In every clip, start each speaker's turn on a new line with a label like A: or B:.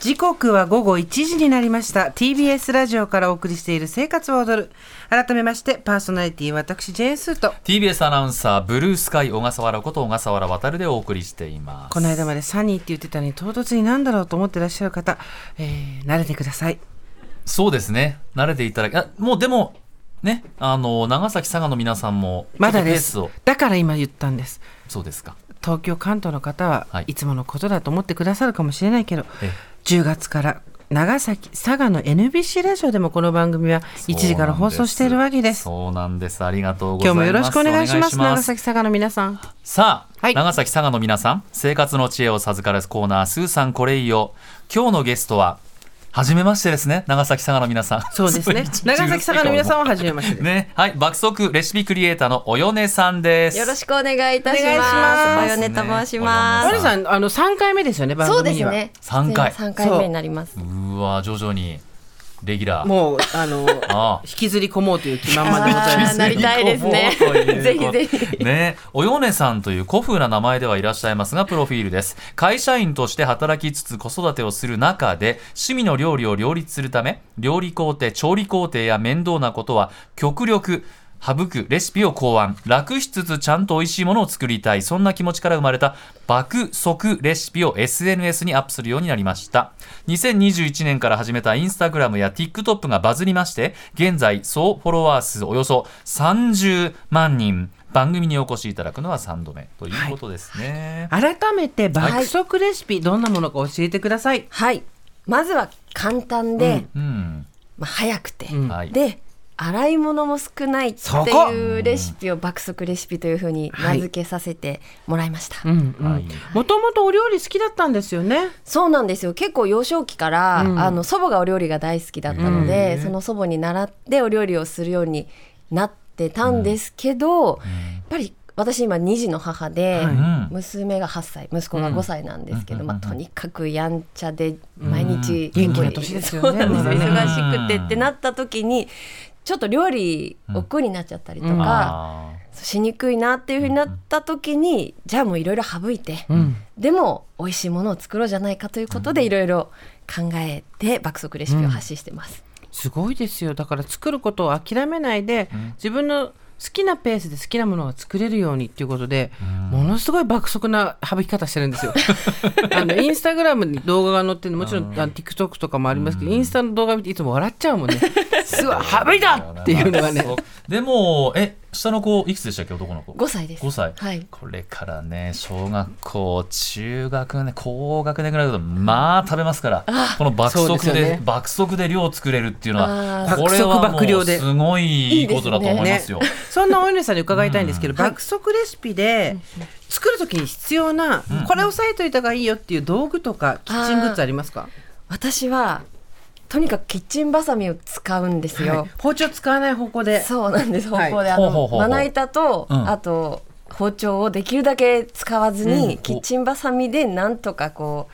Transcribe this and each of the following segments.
A: 時刻は午後1時になりました TBS ラジオからお送りしている「生活を踊る」改めましてパーソナリティ私 JS と
B: TBS アナウンサーブルースカイ小笠原こと小笠原渉でお送りしています
A: この間までサニーって言ってたのに唐突に何だろうと思ってらっしゃる方、えー、慣れてください
B: そうですね慣れていただきあもうでもねあの長崎佐賀の皆さんも
A: まだで
B: ち
A: す
B: ょっとペースを
A: だから今言ったんです
B: そうですか
A: 東京関東の方は
B: はい
A: いつものことだと思ってくださるかもしれないけど、
B: え
A: 10月から長崎佐賀の NBC ラジオでもこの番組は1時から放送しているわけです
B: そうなんですありがとうござ
A: 今
B: い
A: 日
B: ま
A: も
B: す
A: よろしくお願いします
B: お願
A: 長崎佐賀の皆さん
B: さあ、
A: はい
B: 長崎佐賀の皆さん生活の知恵を授かるコーナー「スーさんこれいいよ」今日のゲストは初めましてですね長崎佐賀の皆さん
A: そうです ね長崎佐賀の皆さん
B: は
A: は初めましてです
B: ねはい爆速レシピクリエイターのおよねさんです
C: よろしくお願いいたしま
A: お願いします
C: す。マヨネと申しま
B: マ
A: マ
B: ヨ
A: リ
B: ネ
C: す。
A: さんあの3回目ですよね番
C: そうで
A: 組に
C: す
A: は
C: ね。
B: 三回
C: 三回目になります。
B: うわ徐々にレギュラ ー
A: もうあの
B: ああ
A: 引きずり込もうという気満々でございま
C: あ
A: す
C: ーなりたいですね
B: 行こうという
C: ぜひぜ ひ
B: ね、およねさんという古風な名前ではいらっしゃいますが、プロフィールです。会社員として働きつつ子育てをする中で、趣味の料理を両立するため、料理工程、調理工程や面倒なことは極力、省くレシピを考案楽しつつちゃんと美味しいものを作りたいそんな気持ちから生まれた爆速レシピを SNS にアップするようになりました2021年から始めたインスタグラムや TikTok がバズりまして現在総フォロワー数およそ30万人番組にお越しいただくのは3度目ということですね、
A: 改めて爆速レシピ、どんなものか教えてください
C: はい。まずは簡単で、
B: うん
C: まあ早くて、
A: ん
B: はい
C: で洗い物も少ないって
A: そ
C: い
A: こ
C: うレシピを爆速レシピというふうに名付けさせてもらいました。
A: うんうん
B: はい
A: もともとお料理好きだったんですよね
C: そうなんですよ結構幼少期から、
A: うん
C: あの祖母がお料理が大好きだったので、
B: うん
C: その祖母に習ってお料理をするようになってたんですけど、やっぱり私今2児の母で、
B: うん
C: 娘が8歳息子が5歳なんですけど、
B: うん
C: まあ、
B: うんうん
C: とにかくやんちゃで毎日、
A: うん元気な年ですよね
C: そうなんですよ
B: まだね
C: 忙しくてってなった時にちょっと料理億劫になっちゃったりと
A: うん
C: か、
B: あ
C: しにくいなっていうふうになった時に、じゃあもういろいろ省いて。
A: うん
C: でも美味しいものを作ろうじゃないかということでいろいろ考えて爆速レシピを発信してます。
A: すごいですよだから作ることを諦めないで、
B: ん
A: 自分の好きなペースで好きなものが作れるようにっていうことで、
B: ん
A: ものすごい爆速な省き方してるん ですよあのインスタグラムに動画が載ってるのもちろん、あの TikTok とかもありますけど、インスタの動画見ていつも笑っちゃう もんねすごい省いだっていうのがね
B: そうでもえ下の子いくつでしたっけ男の子
C: 5歳です。
B: 5歳、
C: はい。
B: これからね小学校中学年高学年ぐらいだとまあ食べますからこの爆
A: そうで
B: 速
A: す
B: で
A: よね
B: 爆速で量を作れるっていうの
C: あ
B: は
A: ー
B: これはも
A: 爆速爆量
B: う
A: です
B: ごいいいことだと思いますよ。
A: そんなお犬さんに伺いたいんですけど、
B: うん
A: 爆速レシピで作る時に必要な、これ押さえといた方がいいよっていう道具とかキッチングッズありますか
C: 私はとにかくキッチンバサミを使うんですよ。
A: はい包丁使わない方向で
C: そうなんです。方
A: はい
C: 向で、あ
B: ほうほうほう
C: の
B: ほう
C: まな板と、
B: うん
C: あと包丁をできるだけ使わずに、
A: うん
C: キッチンバサミでなんとかこ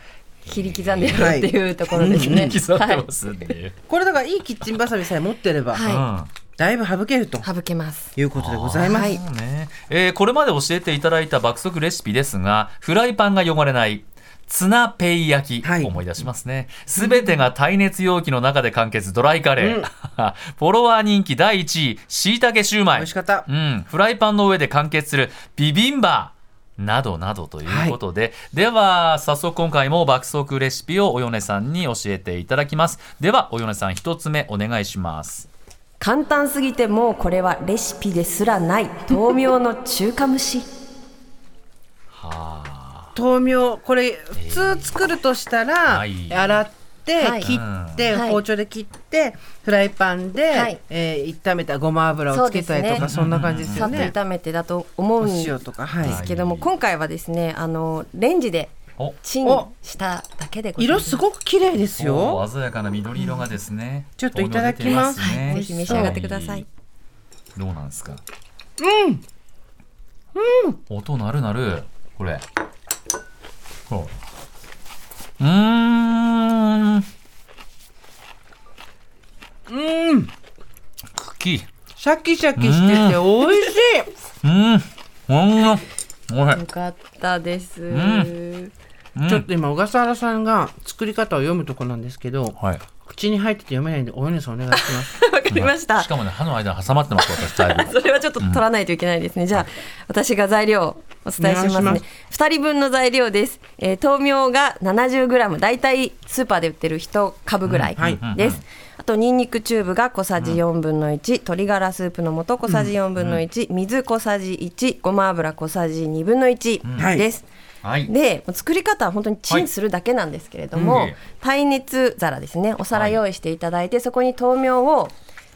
C: う切り刻んでやるっていうところですね。
B: 刻んで
C: はい
B: ま。すっていう
A: これだからいいキッチンバサミさえ持ってれば、
C: はい
A: だいぶ省けると
C: 省けます。
A: いうことでございます。
C: は
B: う
C: い
B: んそうねえーこれまで教えていただいた爆速レシピですがフライパンが汚れないツナペイ焼き、
A: はい
B: 思い出しますねすべてが耐熱容器の中で完結ドライカレー、 フォロワー人気第1位しいたけシューマイ
A: 美味しかった
B: うん、フライパンの上で完結するビビンバなどなどということで、では早速今回も爆速レシピをおよねさんに教えていただきますではおよねさん一つ目お願いします
C: 簡単すぎてもうこれはレシピですらない豆苗の中華蒸し。
A: 豆苗これ普通作るとしたら、
B: えー
A: 洗って、
C: はい
A: 切って、
C: うん
A: 包丁で切ってフライパンで、
C: はい
A: えー炒めたごま油をつけたりと
C: そう
A: か
C: です
A: そ,、んな感じです
C: さ
A: よ
C: っと
A: ね。
C: 炒めてだと思
A: お
C: うん
A: 塩
C: で
A: とかはい。
C: すけども、今回はですねあのレンジで
B: お
C: チン
A: お
C: しただけでございま
A: 色
C: す
A: すごく綺麗です
B: お
A: よ。
B: 鮮やかな緑色がですね。
A: ちょっといただきます
B: お出てね
C: はいぜひ召し上がってください。
B: どうなんですか。うん。うん。音鳴る鳴る。これ。ほらうーん。
A: うん、
B: 茎。
A: シャキシャキしてて美味しい。
B: うん。うん。おい。
C: よかったです、
B: んうん
A: ちょっと今小笠原さんが作り方を読むとこなんですけど
B: はい。
A: 口に入ってて読めないんでお米さんお願いします。
C: わかりました
B: しかもね、歯の間に挟まってます、私、だい ぶ。
C: それはちょっと取らないといけないですね。じゃあ、私が材料をお伝えしま
A: お
C: す
A: 願い
C: ね
A: し。
C: 二人分の材料です。えー豆苗が 70g、だいたいスーパーで売ってる1株ぐらい
A: うんはい
C: です。あと、ニンニクチューブが小さじ4分の1、鶏ガラスープの素小さじ4分の1、水小さじ1、ごま油小さじ2分の
A: は
C: 1
A: い
C: です。
B: はい。
C: で作り方は本当にチンするだけなんですけれども、
B: はいうん
C: 耐熱皿ですねお皿用意していただいて、そこに豆苗を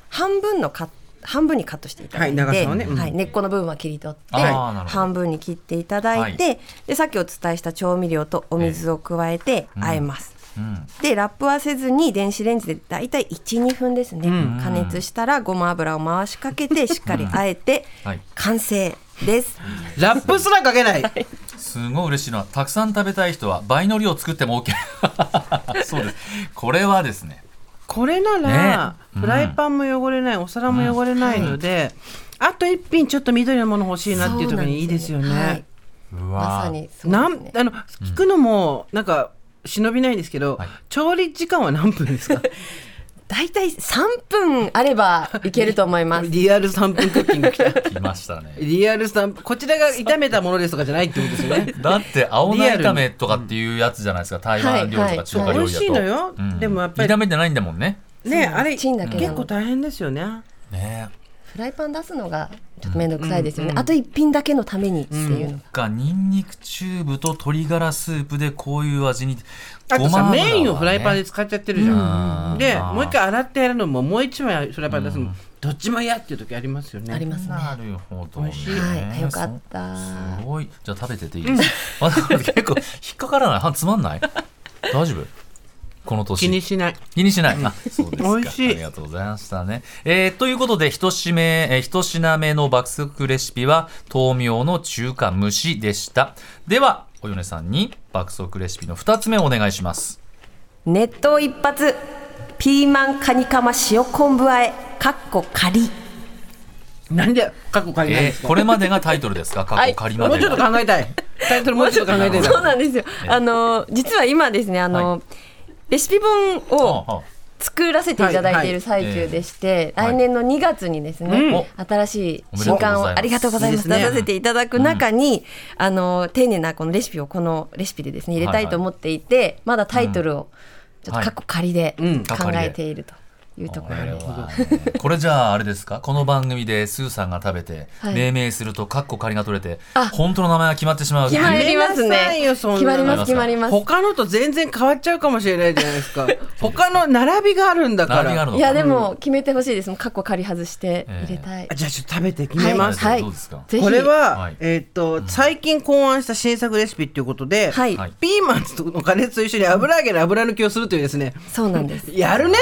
C: 半分のカ半分にカットしていただいて、
A: はい長さをねうん
C: はい根っこの部分は切り取って
B: あーなるほど
C: 半分に切っていただいて、
B: は
C: でさっきお伝えした調味料とお水を加えて和えます。
B: うん。
C: でラップはせずに電子レンジでだいたい12分ですね、加熱したらごま油を回しかけてしっかり和えて
B: はい
C: 完成です。
A: ラップすらかけない。
B: すごい嬉しいのは、たくさん食べたい人は倍の量作っても OK。そうです。これはですね。
A: これなら
B: ね、うん
A: フライパンも汚れない、お皿も汚れないので、あと一品ちょっと緑のもの欲しいなっていう時にいいですよね。
C: はい、
B: う
C: まさにそうですね
A: なんあの聞くのもなんか忍びないんですけど、
B: はい
A: 調理時間は何分ですか
C: 大体3分あればいけると思います。
A: リアル3分クッキング来た
B: 来ましたね。
A: リアル3分こちらが炒めたものですとかじゃないってことですよね
B: だって、青菜炒めとかっていうやつじゃないですか。台湾料理とか中華
A: 美
B: 料理
A: 味
B: だ
A: しいの
B: と。
A: よ、
B: うん
A: でもやっぱり
B: 炒めてないんだもんね。
A: ねあれ
C: チンだけな
A: 結
C: の
A: 構大変ですよね
B: ね
C: フライパン出すのがちょっと面倒くさいですよね。あと一品だけのためにっていうの。
B: がニンニクチューブと鶏ガラスープでこういう味に
A: あと
B: ご
A: さ
B: ま油はね
A: メインをフライパンで使っちゃってるじゃん、
B: うん
A: で
B: あー
A: もう一回洗ってやるのももう一枚フライパンで出すのも、どっちも嫌っていう時ありますよね
C: ありますね。
B: な
C: は
B: るほど、
A: 美
B: ね。
A: 味しい
C: い、よかった。
B: すごい。じゃあ食べてていいですか。まだ結構引っかからない。はつまんない。大丈夫。この年
A: 気にしない
B: 気にしない。あ、そうですか。
A: 美味しい
B: ありがとうございましたね。えーということで、一品目、えー一品目の爆速レシピは、豆苗の中華蒸しでした。では、およねさんに爆速レシピの二つ目をお願いします。
C: 熱湯一発ピーマンカニカマ塩昆布和えかっこ仮。
A: なんで過去借りないん
B: え
A: です
B: ー
A: か、
B: これまでがタイトルですか過去仮ま
A: も
B: で
A: うちょっと
B: が。
A: 考えたいタイトルもうちょっと考えたいな
C: そうなんですよ。あの実は今ですねあの、
B: は
C: レシピ本を
B: はあはあ
C: 作らせていただいている最中でして、
B: はいはい
C: 来年の2月にですね、新しい新刊を
B: おめでとうございます
C: ありがとうございます
A: いいですね
C: 出させていただく中に、あの丁寧なこのレシピをこのレシピでですね入れたいと思っていて、まだタイトルをちょっ
B: はい
C: と過去仮で
A: うん
C: 考えているというところです。
B: これは ねこれじゃああれですかこの番組でスーさんが食べて、
C: はい
B: 命名するとカッコ仮が取れて
C: あ
B: 本当の名前が決まってしまう
C: 決ま
A: やめ
C: ります
A: なさい
C: ね。
A: よそんなの
C: 決まります決まります。
A: 他のと全然変わっちゃうかもしれないじゃないですか他の並びがあるんだから
B: 並びがあるの
C: いやでも決めてほしいです。もう過去仮外して入れたい。
A: あじゃあちょっと食べて決めます、
C: はい
B: どうですか
C: ぜひ
A: これは、
B: はい
A: えーっと、最近考案した新作レシピっていうことで、
C: はい
B: はい
A: ピーマンの加熱と一緒に油揚げの油抜きをするというですね
C: そうなんです。
A: やるね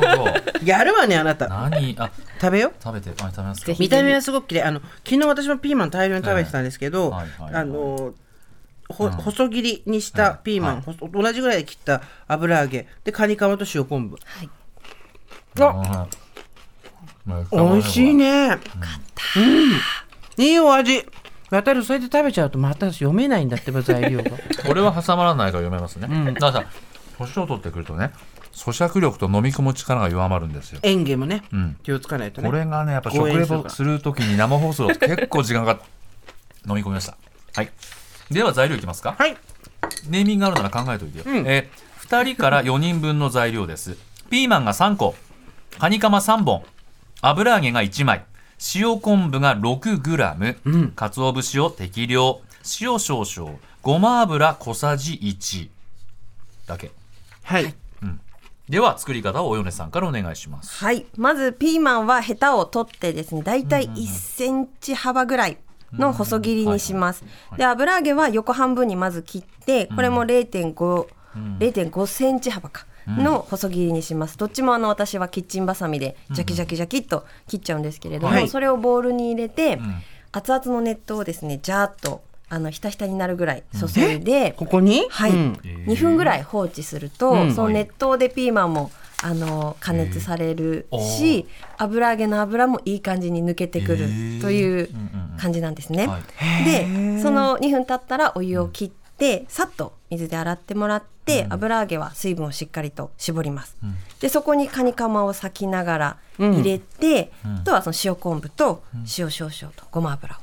B: なるほど
A: やるわねあなた
B: 何あ
A: 食べよ
B: 食べてあ食べますか
C: ぜひ
A: 見た目はすごく綺麗あの昨日私もピーマン大量に食べてたんですけど、
B: ええはいはいはい
A: あのほ細切りにしたピーマン、ほそ同じぐらいで切った油揚げでカニカマと塩昆布
C: はい。
A: あ美味しい
B: ね
A: ねよかった、うん、いいお味やたるそれで食べちゃうとまた読めないんだってば材 料が
B: これは挟まらないから読めますね、だからさ年を取ってくるとね咀嚼力と飲み込む力が弱まるんですよ
A: 園芸もね、
B: ん
A: 気をつかないとね
B: これがねやっぱ食
A: 応援
B: レ
A: するか
B: ポ
A: ら
B: するときに生放送だと結構時間がかかって飲み込みましたはいでは材料いきますか
A: はい
B: ネーミングあるなら考えておいてよ、
A: ん
B: えー、2人から4人分の材料ですピーマンが3個カニカマ3本油揚げが1枚塩昆布が 6g、
A: ん
B: 鰹節を適量塩少々ごま油小さじ1だけ
A: はい
B: では作り方をおよねさんからお願いします
C: はい、まずピーマンはヘタを取ってですね、だいたい1センチ幅ぐらいの細切りにします。で、油揚げは横半分にまず切って、これも0.5、0.5センチ幅か。の細切りにしますどっちもあの私はキッチンバサミでジャキジャキジャキっと切っちゃうんですけれども、
A: はい
C: それをボウルに入れて、熱々の熱湯をですねジャーっとあのひたひたになるぐらい注いで、
A: ここに
C: はい、
A: うん
C: 2分ぐらい放置すると、
A: うん
C: その熱湯でピーマンもあの加熱されるし、油揚げの油もいい感じに抜けてくる
B: へー
C: とい
B: うん
C: う
B: うんうん
C: 感じなんですね。
B: はい
C: でその2分経ったらお湯を切って。でさっと水で洗ってもらって、油揚げは水分をしっかりと絞ります、でそこにカニカマを裂きながら入れて、あとはその塩昆布と塩少々とごま油を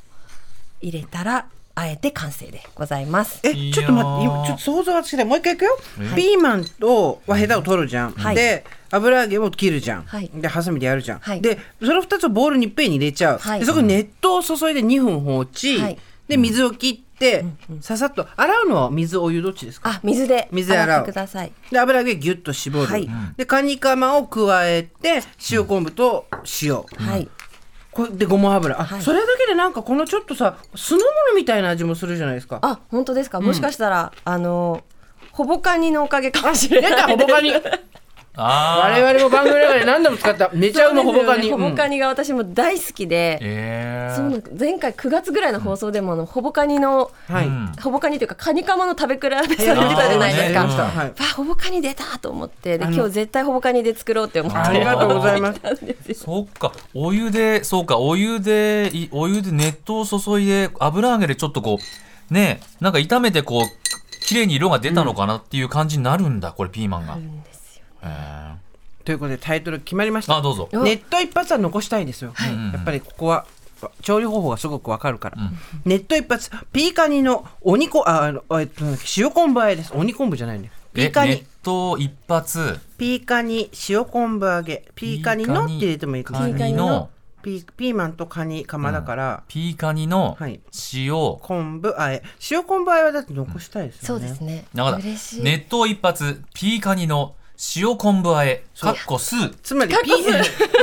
C: 入れたらあえて完成でございます
B: い
A: え
B: やー
A: ちょっと待って今ちょっと想像がつけないもう一回いくよピーマンとはヘタを取るじゃん、
C: はい
A: で油揚げも切るじゃん、
C: はい
A: でハサミでやるじゃん、
C: はい
A: でその2つをボウルにいっぺんに入れちゃう、
C: はい
A: でそこに熱湯を注いで2分放置、
C: はい
A: で水を切って、ささっと洗うのは水お湯どっちですか
C: あ水で
A: 水で洗う
C: ってください
A: で油揚げギュッと絞る、
C: はい
A: でカニカマを加えて塩昆布と塩、
C: はい、
A: これでごま油あ、
C: はい
A: それだけでなんかこのちょっとさ酢の物みたいな味もするじゃないですか
C: あ本当ですかもしかしたら、あのほぼカニのおかげかもしれ
A: 出
C: ない
A: たほぼカニ
B: あー
A: 我々も番組の中で何度も使っためちゃうのほぼカニ、
C: そうですよねほぼ
A: う
C: カ
A: ん
C: ニが私も大好きで、
B: えー
C: そうなんです前回9月ぐらいの放送でもあのほぼカニの、
A: はい、
B: うん
C: ほぼカニというかカニカマの食べ比べされてたじ
A: やってた
C: ゃないです
B: あー
C: か。
B: ね
C: わ
A: はい
C: あほぼカニ出たと思ってで今日絶対ほぼカニで作ろうって思って
A: ありがとうございます
B: そっか、お湯で、そうか、お湯で、いお湯で熱湯を注いで、油揚げでちょっとこう、ねえ、なんか炒めてこう、綺麗に色が出たのかなっていう感じになるんだ、これ、ピーマンが。へー
A: ということでタイトル決まりまし
B: あ、
A: た
B: どうぞ。
C: よ
A: 熱湯一発は残したいですよ、
B: い
A: やっぱりここは調理方法がすごくわかるから、熱湯一発ピーカニのお肉ああのえっと塩昆布和えですお肉昆布じゃないねピ
B: え
A: ーカニ
B: 熱湯一発、
A: ピーカニ塩昆布揚げピーカニのって入れてもいいかもし
B: カ
A: れない
B: ニの、
A: ピーピーマンとカニカマだから、
B: ピーカニの
A: はい
B: 塩、
A: 昆布あえ塩昆布あえはだって残したいです
C: そ
A: よ
C: う
A: ね、
C: ですね
B: なんかだ
C: 嬉しい、
B: 熱湯一発、ピーカニの塩昆布和え、かっこ酢。
A: つまりピー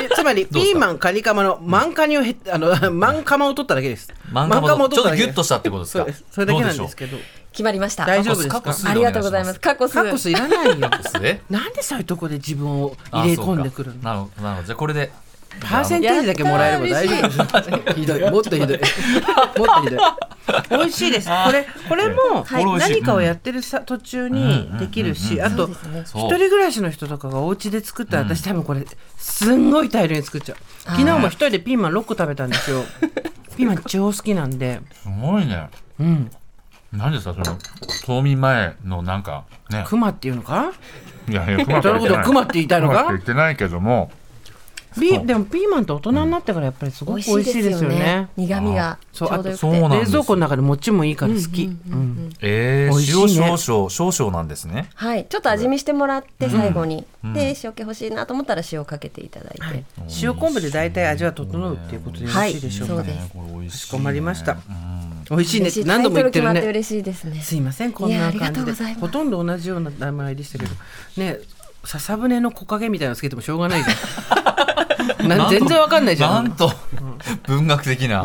A: えつまり
B: どう
A: ピ
B: です
A: ー
B: か
A: マンカニカマのマンカニをへあのマンカマを取っただけです。
B: マンカマとちょっとギュッ
A: です
B: としたってことです
A: そう
B: か
A: です。それだけなん
B: どう
A: で
B: でし
A: す
B: ょ
A: けど。
C: 決まりました
A: 大
B: う
A: 丈夫ですか
B: カッコ酢
C: ありがとうございますカコス
A: カッコスいらないよ。
B: カッコ酢で
A: なんでそういうとこで自分を
B: あ
A: 入れ込んでくる
B: そう
A: の。
B: かなるほど、なるほど。じゃあこれで。
A: パーセンテージだけもらえれば大丈夫。ひどい。もっとひどい。もっとひどい。美味しいです。これこれも
B: はいこれ美味し
A: 何
B: い
A: かをやってるさ途中にできるし、あと
C: そうですね
B: そ
A: 一
B: う
A: 人暮らしの人とかがお家で作ったら私多分これすんごい大量に作っちゃう昨日も一人でピーマン6個食べたんです よピーマン超好きなんです
B: ごいね。
A: うん
B: 何ですか、その、冬眠前のなんか、ね。
A: クマっていうのか
B: いやいや、熊
A: そのことをクマって言いたいの
B: 熊って言
A: か
B: ってないけども、
A: ピーでもピーマンって大人になってからやっぱりすごく美味しいですよね
C: 苦味がちょうどよく
B: そうあとそう
C: て
B: なんで
A: 冷
B: す
A: 蔵庫の中でもちもいいから好きうん
B: え
A: 美味しいね
B: 塩少々、少々なんですね。
C: はいちょっと味見してもらって最後に、で塩気欲しいなと思ったら塩をかけていただいて、
A: 塩昆布で大体味は整うっていうことでよろしいでしょうか、
C: はいそうです
B: ねこれ美味しい、ね。
A: 困りました
B: うん
A: 美味しいね
C: 嬉
A: っ
C: しい
A: て何度も言ってる
C: タイトル決まって
A: ね
C: 嬉しいですね
A: すいませんこん
C: いやあ
A: な
C: りがと
A: 感
C: うご
A: じ
C: ざ
A: で
C: いま
A: ほ
C: す
A: とんど同じような名前でしたけどね笹舟の木陰みたいなのつけてもしょうがないじ ゃんな全然わかんないじゃ
B: なんんと、文学的な。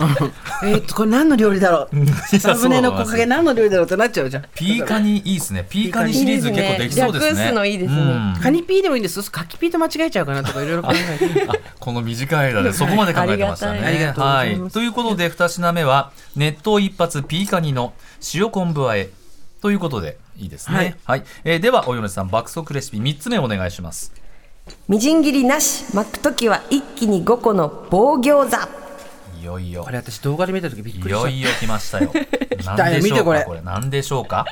A: えーっとこれ何の料理だ ろう笹舟の木陰何の料理だろうってなっちゃうじゃん
B: ピーカニいいですね。ピーカニシリーズ結構できそうですね。
C: いいですね略すのいいですね
B: うん
A: カニピーでもいいんですそうするとカキピーと間違えちゃうかなとかいろいろ考えて
B: あこの短い 間でそこまで考えてましたね。
A: ありがたいありがとうございます
B: ということで2品目は熱湯一発ピーカニの塩昆布和えということでいいですね。は
A: はいい、
B: えーではおよねさん爆速レシピ3つ目お願いします。
C: みじん切りなし巻くときは一気に5個の棒餃子
B: いよいよ
A: あれ私動画で見た時びっ
B: い
A: くりし
B: よ
A: た
B: いよ来ました よ。
A: た
B: 何
A: よ
B: で
A: 見
B: しょ
A: て
B: う
A: こ
B: か
A: れ
B: これ何でしょうか。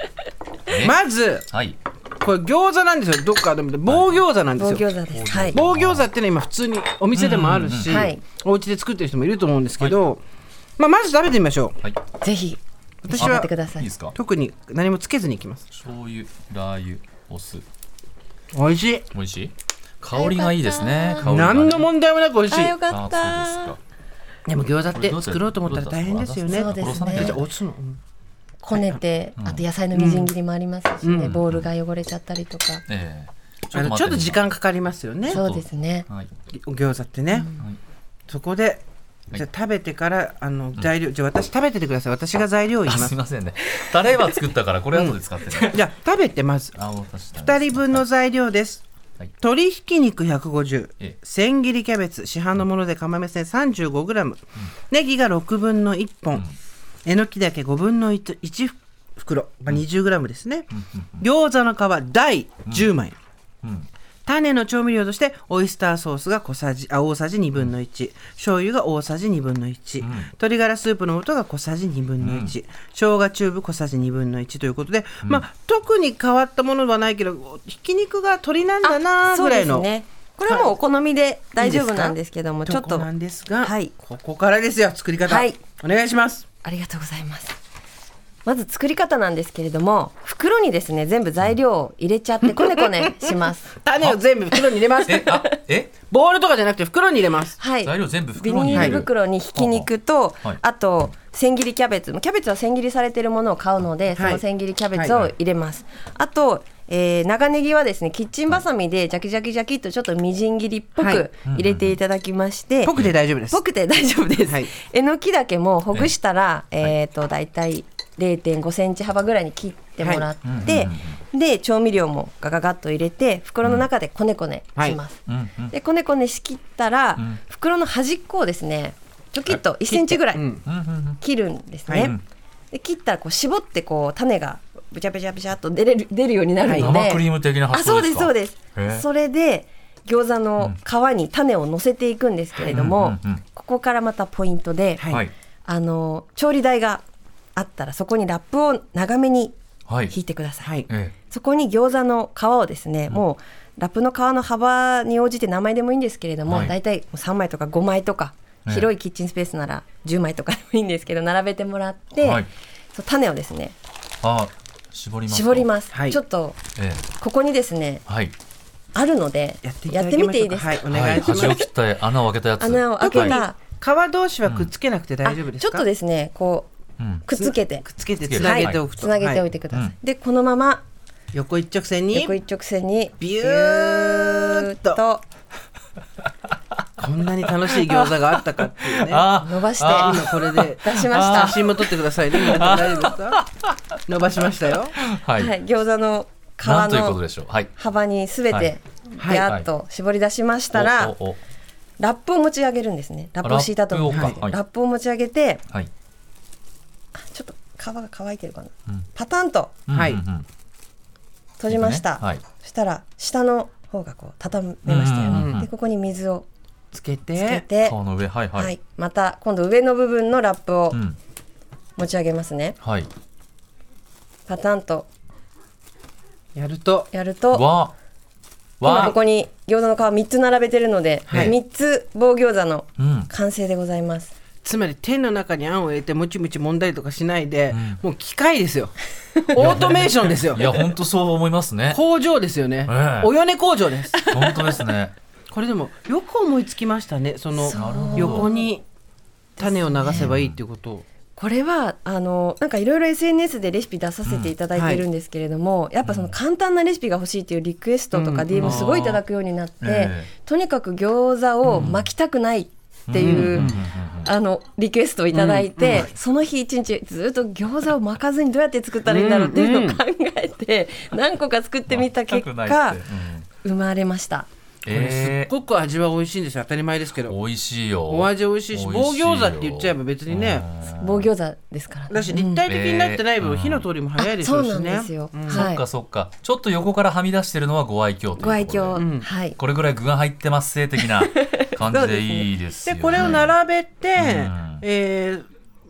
B: え
A: まず
B: はい。
A: これ餃子なんですよどっかでも棒餃子なんで
C: 棒
A: すよ、
C: 餃子ですはい
A: 棒餃子ってのは今普通にお店でもあるし、
C: うんうんうんはい
A: お家で作ってる人もいると思うんですけど、まあ、まず食べてみましょう
B: はい。
C: ぜひ
A: 私
C: 食べ
A: は
C: てくだ
B: い
C: さ
B: い
C: い
B: ですか。
A: 特に何もつけずにいきます
B: 醤油ラー油お酢
A: 美味しい
B: 美味しい。香りがいいですね。香りがね
A: 何の問題もなく美味し
C: あよ
A: い
C: かっ
B: あそうです
C: た
B: か
A: でも餃子
B: こ
A: っ
B: れ
A: て
B: どうやって
A: 作ろうと思ったら大変ですよね
C: そうです
B: 殺さなきゃいけ
C: ね
B: ない
A: おつのうん
C: こねてあと野菜のみじん切りもありますしねボールが汚れちゃったりとか
B: ええ
A: あのちょっと時。間かかりますよね
C: そうですね
B: はい。
A: 餃子ってね、
B: はい
A: そこでじゃあ食べてからあの材料、じゃあ私食べててください私が材料を言い
B: あ
A: ますす
B: みませんね。タレは作ったから、これ後で使ってね。
A: じゃあ食べてまず
B: あ、私。
A: 2人分の材料です、
B: はい
A: 鶏ひき肉150、
B: ええ
A: 千切りキャベツ市販のもので釜飯線 35g、ネギが6分の1本、えのきだけ5分の 1, 1袋、まあ、20g ですね、餃子の皮第10枚、
B: ん
A: 種の調味料としてオイスターソースが小さじあ大さじ1分の1醤油が大さじ1分の1、鶏ガラスープの素が小さじ1分の1、生姜チューブ小さじ1分の1ということで、まあ特に変わったものはないけどひき肉が鶏なんだなぐらいの。
C: ね。これはもうお好みで大丈夫なんですけども、ちょっ。
A: ことなんですが、
C: はい
A: ここからですよ作り方、
C: はい
A: お願いします
C: ありがとうございます。まず作り方なんですけれども、袋にですね、全部材料を入れちゃって、こねこね します。
A: 種を全部袋に入れます
B: えあえ
A: ボールとかじゃなくて袋に入れます
C: はい。
B: 材料全部
C: ビ
B: 袋に
C: ニ
B: 入れ
C: ー
B: る
C: ル袋にひき肉と、
B: はい
C: あと千切りキャベツキャベツは千切りされてるものを買うのでその千切りキャベツを入れます、あと、えー長ネギはですねキッチンバサミでジャキジャキジャキっとちょっとみじん切りっぽ
A: は
C: く
A: い
C: 入れていただきまして、
A: 僕で大丈夫です
C: ぽくて大丈夫です、
A: はい
C: えのきだけもほぐしたらえっ、と大体0.5センチ幅ぐらいに切ってもらって、で調味料もガガガッと入れて袋の中でこねこねします、
B: うんうん
C: でこねこねしきったら、
B: ん
C: 袋の端っこをですねちょきっと1センチぐらい
A: うん
B: うんうんうん
C: 切るんですね、
B: はいうん
C: で切ったらこう絞ってこう種がぶちゃぶちゃぶちゃっと出れる出るようになるので、
B: 生クリーム的な
C: あ
B: 発想
C: そうで
B: ですすか
C: そうです
B: へえ
C: それで餃子の皮に種を乗せていくんですけれども、
B: うんうんうん
C: ここからまたポイントで、
A: はい
B: はい
C: あの調理台があったらそこにラップを長めに
B: はい
C: 引いてください、
A: はい
B: え
C: そこに餃子の皮をですね、もうラップの皮の幅に応じて名前でもいいんですけれども、
B: はい
C: 大体3枚とか5枚とか、
B: ええ
C: 広いキッチンスペースなら10枚とかでもいいんですけど 並べてもらって、
B: はい
C: そう種をですね
B: あ絞ります
C: 絞ります、
A: はい
C: ちょっと
B: ええ
C: ここにですね
B: はい
C: あるので
A: やっていた
C: や
A: だ
C: っ
A: きま
C: て
A: しょう
C: みていいですか、
A: はいお
B: は
A: 願
B: い
A: いしま
B: 端
A: す、
B: を切った穴を開けたやつ
C: 穴を開けた、
B: はい
A: 皮同士はくっつけなくて大丈夫です
C: あちょっ
A: か、
C: とですねこ
B: う
C: うんくっつけて
A: くっつけてつなげておく
C: つ
A: と、
C: なげておい
A: は
C: てください、
B: うん
C: でこのまま
A: い横一直線に
C: 横一直線に
A: ビューッと
C: ビューッ
A: こんなに楽しい餃子があったかって いうね
B: あ
C: 伸ばして
B: あ
A: 今これで
C: 出しました
A: 写真も撮ってくださいね皆さん大丈夫ですか 伸ばしましたよ
B: はい、
C: はい、餃子の皮
B: なんということ
C: の
B: でしょうはい
C: 幅にすべ
B: は
C: て
B: い
C: ギャーッと絞り出しましたら、
B: おおお
C: ラップを持ち上げるんですねラップを敷いたと思うんですけど
B: ラップをかはい
C: ラップを持ち上げて
B: はい
C: あちょっと皮が乾いてるかな、
B: うん
C: パタンと
A: はい
B: うんうんうん
C: 閉じました、
B: はい
C: そしたら下の方がこう畳めましたよ、
B: うん
A: うんうん
C: でここに水を
A: つけ
C: つけ
A: て
C: て、
B: 皮の上はいは、
C: はいいまた今度上の部分のラップを
B: うん
C: 持ち上げますね、
B: はい
C: パタンと
A: やると
C: やると
B: わ
C: 今こ
B: わ
C: こに餃子の皮3つ並べてるので、
A: はい
C: 3つ棒餃子の
B: うん
C: 完成でございます、
A: つまり手の中にあんを入れてもちもち揉んだりとかしないで、もう機械です よオートメーションですよ
B: いや本当そう思いますね
A: 工場ですよね、
B: ええ
A: およね工場です
B: 本当ですね
A: これでもよく思いつきましたねその
B: なるほど
A: 横に種を流せばいいっていうことを、
C: これはあのなんかいろいろ SNS でレシピ出させていただいてるんですけれども、やっぱその簡単なレシピが欲しいというリクエストとか
A: うん
C: DM すごいいただくようになって、
B: あーええ
C: とにかく餃子を巻きたくないっていう、あのリクエストをいただいて、その日一日ずっと餃子を巻かずにどうやって作ったらいいんだろうっていうのを考えて、何個か作ってみた結
B: 全くないっ
C: 果
B: てうん
C: 生まれました。
A: これす
B: え
A: っごく味は美味しいんですよ当たり前ですけ
B: ー
A: ど
B: 美味しいよ
A: お味美味しいし棒餃子って言っちゃえば
B: よ
A: 別にね
C: 棒餃子ですから、
A: だし立体的になってない分、
B: うん
A: 火の通りも早いで
C: あ
A: しょ
C: そううな
A: し
C: ん
A: ね
C: ですよ。
B: そ
C: は
B: っ
C: い
B: か。そっかちょっと横からはみ出してるのはご愛嬌というとこ
C: ご
B: ろで
C: 愛嬌、
A: ん
C: はい。
B: これぐらい具が入ってます性的 な感じでいいです
A: で
B: よね
A: これを並べて、
B: ん
A: えー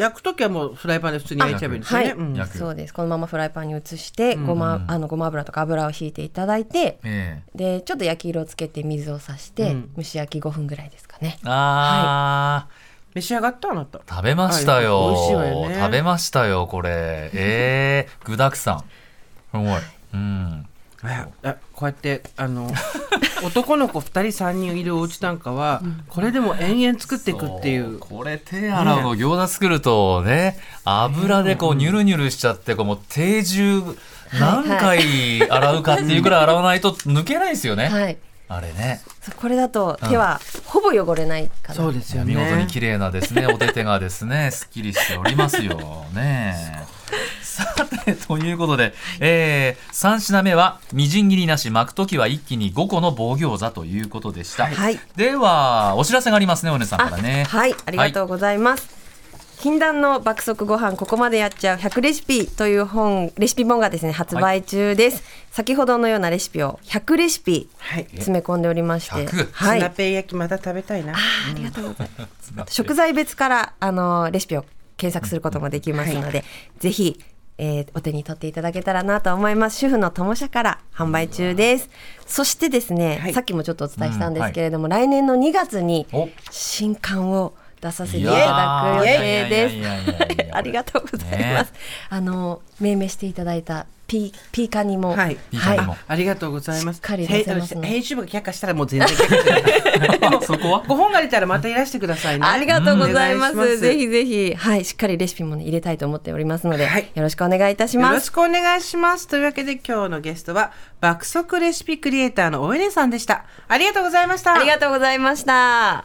A: 焼くときはもうフライパンで普通に焼いちゃえばいいんですよね、
C: あはい
A: うん
B: 焼く
C: そうですこのままフライパンに移してごま,、あのごま油とか油をひいていただいて
B: ええ
C: でちょっと焼き色をつけて水をさして、蒸し焼き5分ぐらいですかね
B: あー
A: 召し上がったあなた
B: 食べましたよ,、
A: はい美味しいわよね
B: 食べましたよこれええ具だくさんすごいうん
A: ああこうやってあ の男の子2人3人いるお家なんかは、これでも延々作っていくってい
B: そう
A: う
B: これ手洗うの餃子作るとね油でこうニュルニュルしちゃってこうもう定住何回洗うかっていうくらい洗わないと抜けないですよね、
C: はい
B: あれね
C: そうこれだと手はほぼ汚れないかな、
A: そうですよ
B: 見事に
A: ね
B: 綺麗なですねお手手がですねすっきりしておりますよね。さてということで、え3品目はみじん切りなし巻くときは一気に5個の棒餃子ということでした、
C: はい
B: ではお知らせがありますねおねさんからね
C: はいありがとうございます、禁断の爆速ご飯ここまでやっちゃう100レシピという本レシピ本がですね発売中です、先ほどのようなレシピを100レシピ
A: はい
C: 詰め込んでおりまして
B: 100
A: ツ
C: はい
A: ナペン焼きまた食べたいな。
C: ありがとうございます。食材別からあのレシピを検索することもできますので、ぜひ、えーお手に取っていただけたらなと思います。主婦の友社から販売中です。そしてですね、
A: はい
C: さっきもちょっとお伝えしたんですけれども、来年の2月に
B: お
C: 新刊を出させてい
B: い
C: ただく予定です。
B: す
C: ありがとうございます。あの命名していただいたピーピーカニも、
A: はい
B: ピーカニも
A: ありがとうございます。
C: しっかり出せますね
A: へい編集部が却下したらもう全然却下してない。
B: そこは
A: ご本が出たらまたいらしてくださいね。
C: ありがとうございます。
A: お願
C: ぜひぜひ、はい、しっかりレシピもね、入れたいと思っておりますので、
A: はい
C: よろしくお願いいたし
A: よ
C: ま
A: ろ
C: す。
A: しくお願いします。というわけで今日のゲストは爆速レシピクリエイターのおいでさんでした。ありがとうございました。
C: ありがとうございました。